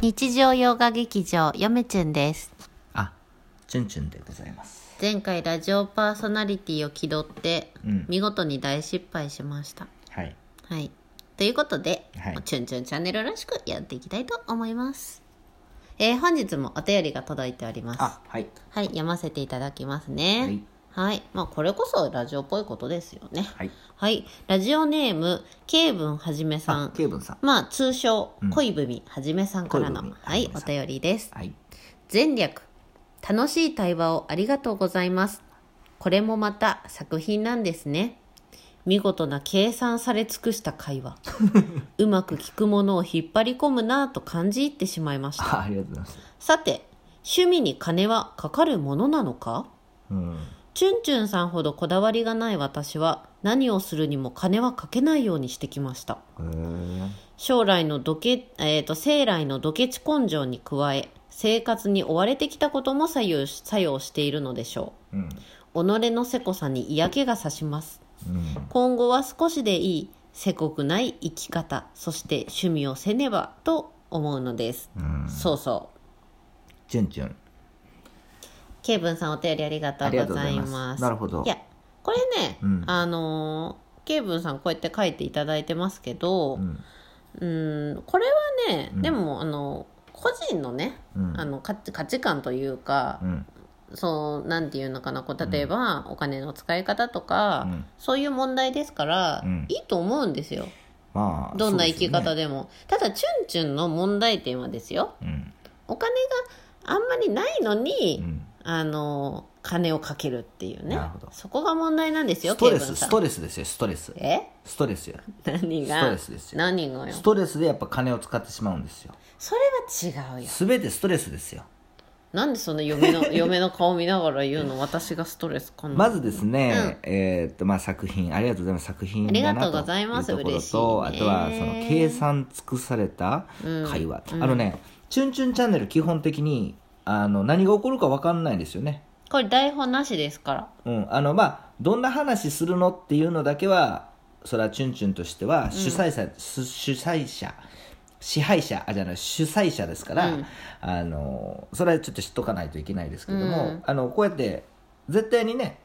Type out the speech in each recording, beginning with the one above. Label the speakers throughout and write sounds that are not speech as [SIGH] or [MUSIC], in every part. Speaker 1: 日常洋画劇場よめちゅんです
Speaker 2: あ、チュンチュンでございます。
Speaker 1: 前回ラジオパーソナリティを気取って、
Speaker 2: うん
Speaker 1: 見事に大失敗しました
Speaker 2: はい。
Speaker 1: はいということで、
Speaker 2: はい
Speaker 1: チュンチュンチャンネルらしくやっていきたいと思いますえー本日もお便りが届いております
Speaker 2: あ、はい。
Speaker 1: はい読ませていただきますねはい、まあこれこそラジオっぽいことですよね
Speaker 2: はい。
Speaker 1: はい、ラジオネームケイブンはじめさ
Speaker 2: あ
Speaker 1: ん、
Speaker 2: ケイブンさん。
Speaker 1: まあ通称、
Speaker 2: ん
Speaker 1: 恋文はじめさんからの
Speaker 2: 恋文
Speaker 1: はい
Speaker 2: は
Speaker 1: お
Speaker 2: じめ
Speaker 1: 便りです
Speaker 2: はい。
Speaker 1: 前略楽しい対話をありがとうございますこれもまた作品なんですね見事な計算され尽くした会話うまく聞くものを引っ張り込むなぁと感じ入ってしまいました
Speaker 2: [LAUGHS] あ、ありがとうございます。
Speaker 1: さて趣味に金はかかるものなのか
Speaker 2: うん。
Speaker 1: チュンチュンさんほどこだわりがない私は何をするにも金はかけないようにしてきました
Speaker 2: へー
Speaker 1: 将来のドケ、えー、と生来のドケチ根性に加え生活に追われてきたことも左右し作用しているのでしょ
Speaker 2: うん。
Speaker 1: う己のせこさに嫌気がさします
Speaker 2: うん。
Speaker 1: 今後は少しでいいせこくない生き方そして趣味をせねばと思うのです、
Speaker 2: うん。
Speaker 1: そうそう
Speaker 2: チュンチュン。
Speaker 1: ケイブンさんお便りありがとうございま。
Speaker 2: ありがとうございますすなるほど
Speaker 1: いや、これね、
Speaker 2: うん
Speaker 1: あのー、ケイブンさんこうやって書いていただいてますけど、う
Speaker 2: う。
Speaker 1: んーん、これはね、
Speaker 2: うん
Speaker 1: でも、あの、個人のね、
Speaker 2: うん
Speaker 1: あの価値価値観というか
Speaker 2: う、ん。
Speaker 1: そう、なんていうのかな、こう、例えば、お金の使い方とか、
Speaker 2: うん
Speaker 1: そういう問題ですから、
Speaker 2: うん
Speaker 1: いいと思うんですよ。
Speaker 2: まあ、
Speaker 1: どんな
Speaker 2: そう
Speaker 1: 生
Speaker 2: す
Speaker 1: き
Speaker 2: よね
Speaker 1: 方でも。ただ、チュンチュンの問題点はですよ、
Speaker 2: うん。
Speaker 1: お金があんまりないのに、
Speaker 2: うん。
Speaker 1: あの金をかけるっていうね
Speaker 2: なるほど
Speaker 1: そこが問題なんですよ
Speaker 2: ストレ
Speaker 1: ケイブ
Speaker 2: ス、
Speaker 1: ンさん
Speaker 2: ストレスですよ、ストレス。
Speaker 1: え
Speaker 2: ストレスよ。
Speaker 1: 何
Speaker 2: スト
Speaker 1: が
Speaker 2: レスですよ
Speaker 1: 何がよ
Speaker 2: ストレスでやっぱ金を使ってしまうんですよ。
Speaker 1: それは違うよ
Speaker 2: すべてストレスですよ。
Speaker 1: なんでそんな嫁の嫁の顔見ながら言うの私がストレスかな、
Speaker 2: まずですね、えーっと、まあ、作品、ありがとうございます。作品
Speaker 1: ありが
Speaker 2: だ
Speaker 1: と
Speaker 2: な
Speaker 1: うございます
Speaker 2: というところと、
Speaker 1: 嬉しいね
Speaker 2: あとは、その、計算尽くされた会話。あのね、チュンチュンチャンネル基本的に、あの、何が起こるか分かんないんですよね。
Speaker 1: これ台本なしですから
Speaker 2: うん。あの、まあ、どんな話するのっていうのだけは、それはチュンチュンとしては、主催者、す主催者、支配者、あ、じゃない、主催者ですから、あの、それはちょっと知っとかないといけないですけども、
Speaker 1: うん
Speaker 2: あの、こうやって、絶対にね、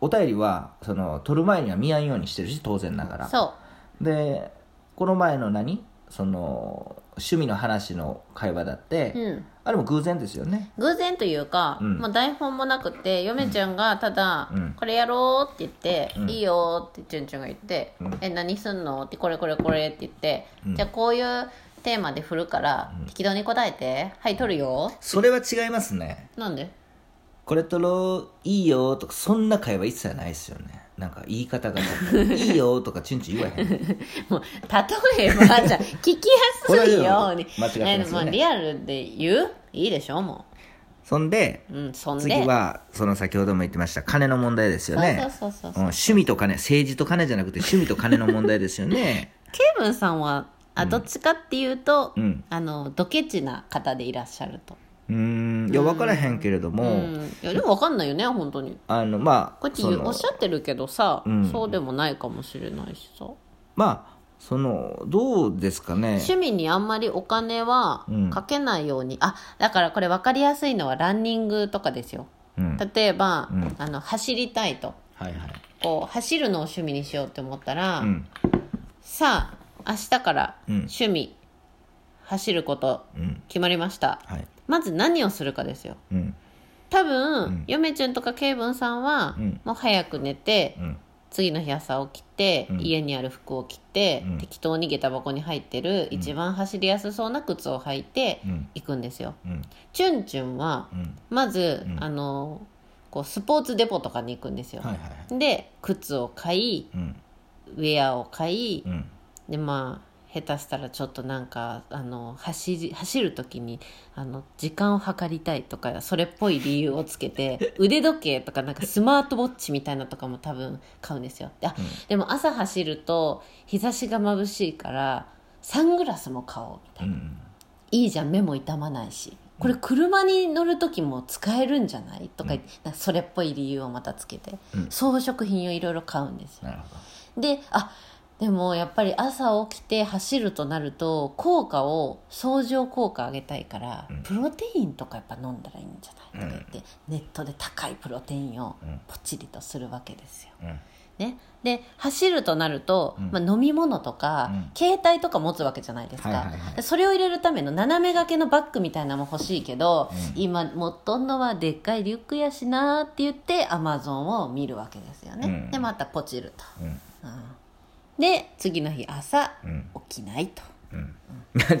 Speaker 2: お便りは、その、取る前には見やんようにしてるし、当然ながら。
Speaker 1: そ
Speaker 2: でこの前の何その趣味の話の会話だって、
Speaker 1: ううん
Speaker 2: あれも偶然ですよね
Speaker 1: 偶然というか、
Speaker 2: うん
Speaker 1: もう台本もなくて嫁ちゃんがただ「
Speaker 2: うん
Speaker 1: これやろう」って言って「
Speaker 2: うん
Speaker 1: いいよ」ってちゅんちゅんが言って「
Speaker 2: うん
Speaker 1: え何すんの?」って「これこれこれ」って言って、
Speaker 2: うん
Speaker 1: じゃあこういうテーマで振るから、適当に答えて「はい取るよ
Speaker 2: それは違いますね」
Speaker 1: なんで [LAUGHS]
Speaker 2: これとろういいよとかそんな会話一切ないですよねなんか言い方がいいよとかチュンチュン言わへん
Speaker 1: もう例えば
Speaker 2: [LAUGHS]
Speaker 1: じゃあ聞きやすいように
Speaker 2: これはでも間違ってますよね
Speaker 1: えでもリアルで言ういいでしょも
Speaker 2: [LAUGHS] そんで
Speaker 1: う、うん、そんで
Speaker 2: 次はその先ほども言ってました金の問題ですよね
Speaker 1: そうそうそう
Speaker 2: うん
Speaker 1: そう
Speaker 2: 趣味と金政治と金じゃなくて趣味と金の問題です
Speaker 1: [LAUGHS]
Speaker 2: よね
Speaker 1: ケイブンさんはあどっちかっていうと、
Speaker 2: うん
Speaker 1: あのドケチな方でいらっしゃると。
Speaker 2: うーんいや分からへんけれども、
Speaker 1: うん、いやでも分かんないよね本当に
Speaker 2: あのまあ
Speaker 1: こうやって
Speaker 2: そ
Speaker 1: 言う
Speaker 2: の
Speaker 1: おっしゃってるけどさ、
Speaker 2: うん
Speaker 1: そうでもないかもしれないしさ
Speaker 2: まあそのどうですかね
Speaker 1: 趣味にあんまりお金は
Speaker 2: うん
Speaker 1: かけないように、あだからこれ分かりやすいのはランニングとかですよ
Speaker 2: うん、はい
Speaker 1: 例えば、
Speaker 2: うん
Speaker 1: あの走りたいと
Speaker 2: はい
Speaker 1: こう走るのを趣味にしようって思ったら、
Speaker 2: うん
Speaker 1: さあ明日から
Speaker 2: うん
Speaker 1: 趣味、走ること
Speaker 2: うん
Speaker 1: 決まりました
Speaker 2: はい
Speaker 1: まず何をするかですよ
Speaker 2: うん
Speaker 1: 多分、
Speaker 2: ん
Speaker 1: 嫁ちゃんとかケイブンさんは、
Speaker 2: うん
Speaker 1: もう早く寝て、
Speaker 2: うん
Speaker 1: 次の日朝起きて、
Speaker 2: うん
Speaker 1: 家にある服を着て、
Speaker 2: うん
Speaker 1: 適当に下駄箱に入ってる、一番走りやすそうな靴を履いて
Speaker 2: うん
Speaker 1: 行くんですよ。
Speaker 2: うん
Speaker 1: チュンチュンは
Speaker 2: うん
Speaker 1: まず、
Speaker 2: ん
Speaker 1: あのこうスポーツデポとかに行くんですよ。
Speaker 2: はいはいはい
Speaker 1: で靴を買い
Speaker 2: うん
Speaker 1: ウェアを買い、
Speaker 2: うん
Speaker 1: でまあ下手したらちょっとなんかあの走り走る時にあの時間を計りたいとかそれっぽい理由をつけ
Speaker 2: [LAUGHS]
Speaker 1: て腕時計とかなんかスマートウォッチみたいなとかも多分買うんですよであ、でも朝走ると日差しが眩しいからサングラスも買おうみた
Speaker 2: う
Speaker 1: いな、
Speaker 2: ん
Speaker 1: いいじゃん目も痛まないしこれ車に乗る時も使えるんじゃないとか言ってなんかそれっぽい理由をまたつけて、
Speaker 2: うん
Speaker 1: 装飾品をいろいろ買うんですよ
Speaker 2: なるほ
Speaker 1: であでもやっぱり朝起きて走るとなると効果を相乗効果上げたいから、
Speaker 2: うん
Speaker 1: プロテインとかやっぱ飲んだらいいんじゃないとか言って、ネットで高いプロテインを
Speaker 2: うん
Speaker 1: ポチリとするわけですよ。
Speaker 2: うん
Speaker 1: ね、で走るとなると、
Speaker 2: うん
Speaker 1: まあ、飲み物とか、
Speaker 2: うん
Speaker 1: 携帯とか持つわけじゃないですか、
Speaker 2: はいはいはい
Speaker 1: でそれを入れるための斜め掛けのバッグみたいなのも欲しいけど、
Speaker 2: うん
Speaker 1: 今持っとんのはでっかいリュックやしなーって言ってアマゾンを見るわけですよね、
Speaker 2: うん
Speaker 1: でまたポチると、
Speaker 2: うん
Speaker 1: うんで次の日朝、
Speaker 2: うん
Speaker 1: 起きないと、
Speaker 2: うん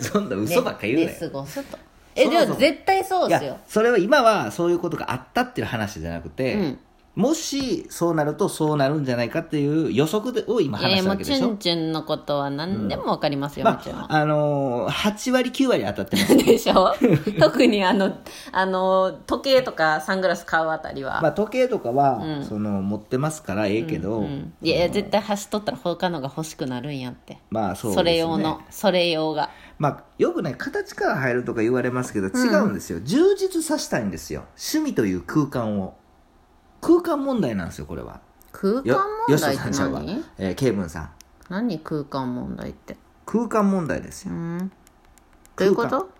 Speaker 2: [LAUGHS] そんな嘘ばっか言う
Speaker 1: ね
Speaker 2: なよ、
Speaker 1: で過ごすとえ
Speaker 2: そも
Speaker 1: で
Speaker 2: そも
Speaker 1: も絶対そう
Speaker 2: い
Speaker 1: ですよ
Speaker 2: やそれは今はそういうことがあったっていう話じゃなくて、
Speaker 1: うん
Speaker 2: もしそうなるとそうなるんじゃないかっていう予測を今
Speaker 1: え
Speaker 2: 話し
Speaker 1: ー
Speaker 2: た
Speaker 1: も
Speaker 2: わ
Speaker 1: う
Speaker 2: け
Speaker 1: チ
Speaker 2: でし
Speaker 1: ュン
Speaker 2: ょ、
Speaker 1: チュンのことは何でもわかりますよ、も
Speaker 2: ま
Speaker 1: ちろん [LAUGHS]
Speaker 2: ああのー、8割9割当たってます
Speaker 1: でし
Speaker 2: [LAUGHS]
Speaker 1: ょ特にあのあの時計とかサングラス買うあたりは、
Speaker 2: まあ時計とかは、
Speaker 1: うん
Speaker 2: その持ってますからええけど、
Speaker 1: うんいやいや絶対走っとったら他のが欲しくなるんやって
Speaker 2: まあそ
Speaker 1: そう
Speaker 2: ですね
Speaker 1: れ用のそれ用が
Speaker 2: まあよくね形から入るとか言われますけど違うんですよ、充実させたいんですよ趣味という空間を空間問題なんですよこれは
Speaker 1: 空
Speaker 2: よ
Speaker 1: 間問
Speaker 2: 吉野
Speaker 1: 題っ
Speaker 2: さ
Speaker 1: て
Speaker 2: んちゃうわ
Speaker 1: 何、
Speaker 2: えー、ケイブンさん
Speaker 1: 何空間問題って
Speaker 2: 空間問題ですよ
Speaker 1: うんどういうこと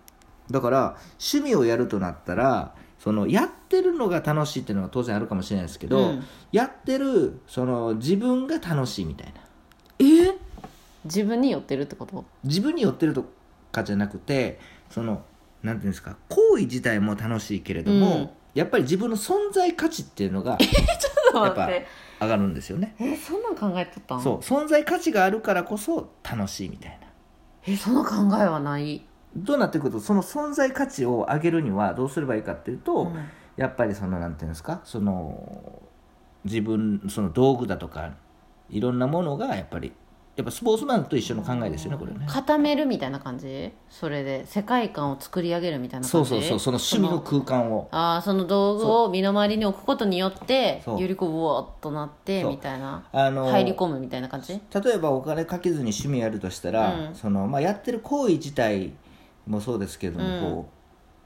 Speaker 2: だから趣味をやるとなったらそのやってるのが楽しいっていうのは当然あるかもしれないですけど、
Speaker 1: うん
Speaker 2: やってるその自分が楽しいみたいな
Speaker 1: え自分に寄ってるってこと
Speaker 2: 自分に寄ってるとかじゃなくてそのなんていうんですか行為自体も楽しいけれども、
Speaker 1: うん
Speaker 2: やっぱり自分の存在価値っていうのが [LAUGHS] やっぱ
Speaker 1: 待って
Speaker 2: 上がるんですよね
Speaker 1: えそんなん考えとったん
Speaker 2: そう存在価値があるからこそ楽しいみたいな
Speaker 1: えその考えはない、
Speaker 2: どうなってくるとその存在価値を上げるにはどうすればいいかっていう
Speaker 1: う
Speaker 2: と、
Speaker 1: ん
Speaker 2: やっぱりそのなんていうんですかその自分その道具だとかいろんなものがやっぱりやっぱスポーツマンと一緒の考えですよねこれね
Speaker 1: 固めるみたいな感じそれで世界観を作り上げるみたいな
Speaker 2: そ
Speaker 1: 感
Speaker 2: う
Speaker 1: じ
Speaker 2: そうそうその趣味の空間を
Speaker 1: ああその道具を身の回りに置くことによって
Speaker 2: そう
Speaker 1: よりこううわーっとなって
Speaker 2: そう
Speaker 1: みたいな
Speaker 2: あの
Speaker 1: 入り込むみたいな感じ
Speaker 2: 例えばお金かけずに趣味やるとしたら、
Speaker 1: うん
Speaker 2: そのまあ、やってる行為自体もそうですけども、
Speaker 1: うん
Speaker 2: こ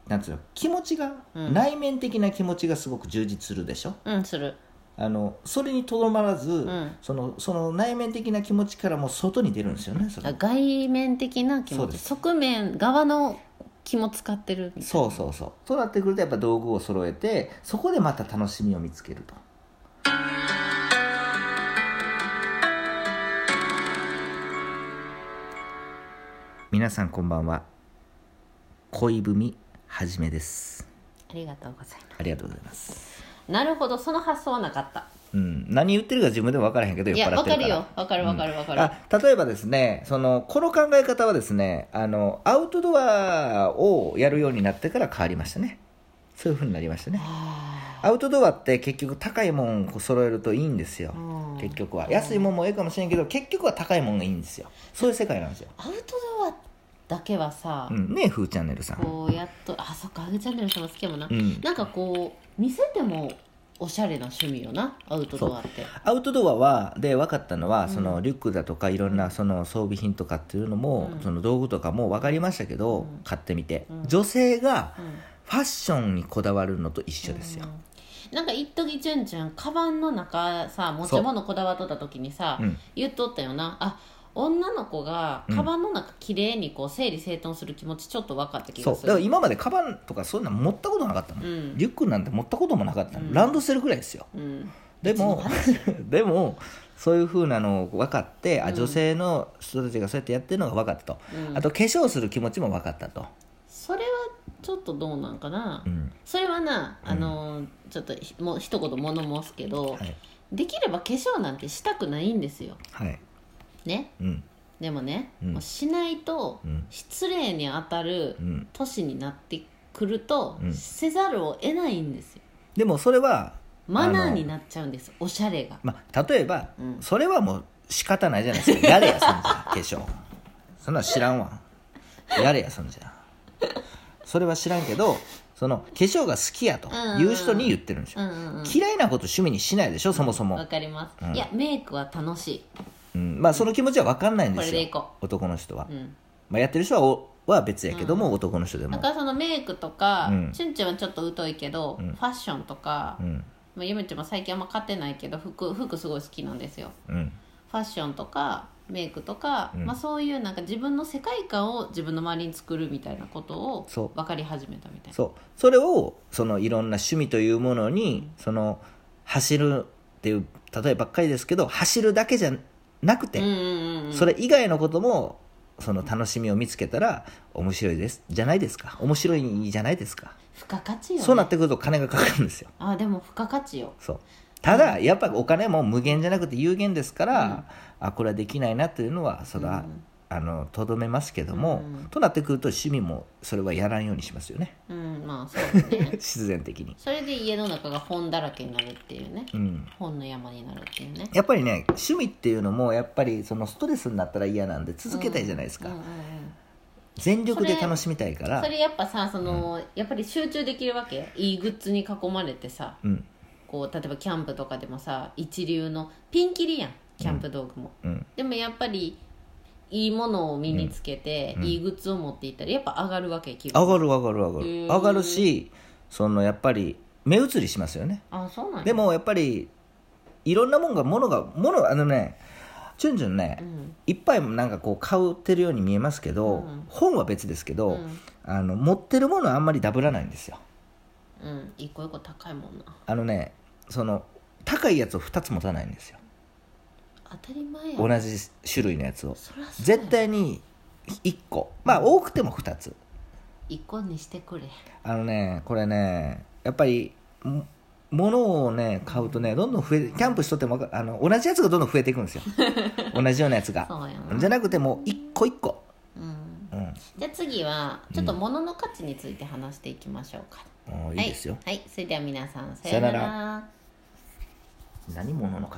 Speaker 2: うなんつうの気持ちが、
Speaker 1: うん
Speaker 2: 内面的な気持ちがすごく充実するでしょ
Speaker 1: うんする
Speaker 2: あのそれにとどまらず、
Speaker 1: ん
Speaker 2: そのその内面的な気持ちからもう外に出るんですよねそれ
Speaker 1: 外面的な気
Speaker 2: そ
Speaker 1: 持
Speaker 2: う
Speaker 1: ち
Speaker 2: です
Speaker 1: 側面側の気も使ってるみたい
Speaker 2: そうそうそうとなってくるとやっぱ道具を揃えてそこでまた楽しみを見つけると皆さんこんばんは恋文はじめです
Speaker 1: なありがとうございま
Speaker 2: ありがとうございます
Speaker 1: すなるほどその発想はなかった
Speaker 2: うん何言ってるか自分でも分からへんけど
Speaker 1: いや
Speaker 2: 酔っ払
Speaker 1: わ
Speaker 2: って
Speaker 1: か
Speaker 2: る
Speaker 1: る
Speaker 2: から
Speaker 1: よわかるわかるわかる、
Speaker 2: あ例えばですねそのこの考え方はですねあのアウトドアをやるようになってから変わりましたねそういうふうになりましたね
Speaker 1: あ
Speaker 2: アウトドアって結局高いもんを揃えるといいんですよ
Speaker 1: ーうん
Speaker 2: 結局は安いもんもええかもしれんけど結局は高いもんがいいんですよそういう世界なんですよ、
Speaker 1: アウトドアだけはさ、
Speaker 2: うん、ねえふーチャンネルさん、
Speaker 1: こうやっとあそっかアグチャンネルさんも好きやもんな、
Speaker 2: うん、
Speaker 1: なんかこう見せてもおしゃれな趣味よなアウトドアって
Speaker 2: アウトドアはで分かったのは、
Speaker 1: ん
Speaker 2: そのリュックだとかいろんなその装備品とかっていうのも、
Speaker 1: うん
Speaker 2: その道具とかも分かりましたけど、
Speaker 1: うん
Speaker 2: 買ってみて、
Speaker 1: うん
Speaker 2: 女性が
Speaker 1: うん
Speaker 2: ファッションにこだわるのと一緒ですよ、
Speaker 1: うんなんか一時チュンチュンカバンの中さ持ち物こだわっとった時にさ、
Speaker 2: うん
Speaker 1: 言っとったよなあ女の子が
Speaker 2: うん
Speaker 1: カバンの中綺麗にこう整理整頓する気持ちちょっと分かった気
Speaker 2: そ
Speaker 1: が
Speaker 2: う
Speaker 1: す
Speaker 2: だ
Speaker 1: る
Speaker 2: から今までカバンとかそんなん持ったことなかったの、
Speaker 1: うん
Speaker 2: リュックなんて持ったこともなかったの、
Speaker 1: うん
Speaker 2: ランドセルぐらいですよ
Speaker 1: うん
Speaker 2: でも
Speaker 1: 別
Speaker 2: でもそういうふうなのを分かって、
Speaker 1: う
Speaker 2: あ
Speaker 1: ん
Speaker 2: 女性の人たちがそうやってやってるのが分かったと、
Speaker 1: うん
Speaker 2: あと化粧する気持ちも分かったと、
Speaker 1: それはちょっとどうなんかな、
Speaker 2: うん
Speaker 1: それはな、
Speaker 2: うん
Speaker 1: あのーちょっとひもう一言物申すけど、
Speaker 2: はい
Speaker 1: できれば化粧なんてしたくないんですよ
Speaker 2: はい
Speaker 1: ね
Speaker 2: うん
Speaker 1: でもね、
Speaker 2: うん
Speaker 1: もうしないと
Speaker 2: うん
Speaker 1: 失礼に当たる
Speaker 2: うん
Speaker 1: 年になってくると、
Speaker 2: うん
Speaker 1: せざるを得ないんですよ
Speaker 2: でもそれは、
Speaker 1: マナーになっちゃうんですおしゃれが
Speaker 2: まあ、例えば、
Speaker 1: うん
Speaker 2: それはもう仕方ないじゃない
Speaker 1: [LAUGHS]
Speaker 2: ですかやれやそんじゃ化粧そんなん知らんわやれやそんじゃそれは知らんけどその化粧が好きやという人に言ってるんでしょ、
Speaker 1: うんうんうん
Speaker 2: 嫌いなこと趣味にしないでしょそもそも
Speaker 1: わ、かります、
Speaker 2: うん
Speaker 1: いやメイクは楽しい
Speaker 2: うん、まあその気持ちは分かんないん
Speaker 1: これ
Speaker 2: です
Speaker 1: で
Speaker 2: よ
Speaker 1: いこ
Speaker 2: 男の人は
Speaker 1: う、う、ん、
Speaker 2: まあ、やってる人はおは別やけども、男の人で
Speaker 1: だ
Speaker 2: も
Speaker 1: か、らそのメイクとか、
Speaker 2: うん
Speaker 1: チュンチュンはちょっと疎いけど、
Speaker 2: うん
Speaker 1: ファッションとか、
Speaker 2: うん
Speaker 1: まあ、ゆめちゃんも最近あんま買ってないけど服服すごい好きなんですよ
Speaker 2: うん
Speaker 1: ファッションとかメイクとか、
Speaker 2: うん
Speaker 1: まあ、そういうなんか自分の世界観を自分の周りに作るみたいなことを
Speaker 2: そう
Speaker 1: 分かり始めたみたいな
Speaker 2: そうそれをそのいろんな趣味というものに、その走るっていう例えばっかりですけど走るだけじゃなくて、
Speaker 1: うんうんうんうん
Speaker 2: それ以外のこともその楽しみを見つけたら面白いですじゃないですか面白いじゃないですか、
Speaker 1: 付加価値よ、ね、
Speaker 2: そうなってくると金がかかるんですよ
Speaker 1: あでも付加価値よ
Speaker 2: そうただやっぱお金も無限じゃなくて有限ですから、あこれはできないなというのはそれは、あのとどめますけども、
Speaker 1: うん
Speaker 2: となってくると趣味もそれはやらんようにします
Speaker 1: [LAUGHS]
Speaker 2: よね
Speaker 1: うんまあそうだ
Speaker 2: [LAUGHS]
Speaker 1: ね
Speaker 2: 必然的に、
Speaker 1: それで家の中が本だらけになるっていうね
Speaker 2: うん、
Speaker 1: 本の山になるっていうね
Speaker 2: やっぱりね趣味っていうのもやっぱりそのストレスになったら嫌なんで続けたいじゃないです
Speaker 1: う
Speaker 2: か、
Speaker 1: んうんうん
Speaker 2: 全力で楽しみたいから
Speaker 1: それやっぱさその、やっぱり集中できるわけいいグッズに囲まれてさ
Speaker 2: うん
Speaker 1: こう例えばキャンプとかでもさ一流のピンキリやんキャンプ道具も、
Speaker 2: うん
Speaker 1: でもやっぱりいいものを身につけて、
Speaker 2: うん
Speaker 1: いいグッズを持っていったらやっぱ上がるわけ気分
Speaker 2: 上がる上がる上がる
Speaker 1: うん
Speaker 2: 上がるしそのやっぱり目移りしますよね
Speaker 1: あそうなんや
Speaker 2: でもやっぱりいろんなもんがものがものあのねチュンチュンね、
Speaker 1: うん
Speaker 2: いっぱいなんかこう買ってるように見えますけど、
Speaker 1: うん
Speaker 2: 本は別ですけど、
Speaker 1: うん
Speaker 2: あの持ってるものはあんまりダブらないんですよ
Speaker 1: うん一個一個高いもんな
Speaker 2: あのねその高いやつを2つ持たないんですよ
Speaker 1: 当たり前やん
Speaker 2: 同じ種類のやつを
Speaker 1: そらそうやん
Speaker 2: 絶対に1個まあ多くても2つ
Speaker 1: 一個にしてくれ
Speaker 2: あのねこれねやっぱりも物をね買うとねどんどん増えキャンプしとってもわかあの同じやつがどんどん増えていくん [LAUGHS] ですよ同じようなやつが
Speaker 1: そうやな
Speaker 2: じゃなくてもう一個一個、
Speaker 1: うん
Speaker 2: うん、
Speaker 1: じゃあ次はちょっと物の価値について話していきましょうか、
Speaker 2: もういいですよ、
Speaker 1: はい、はい、それでは皆さんさような
Speaker 2: さよな
Speaker 1: ら
Speaker 2: 何物の価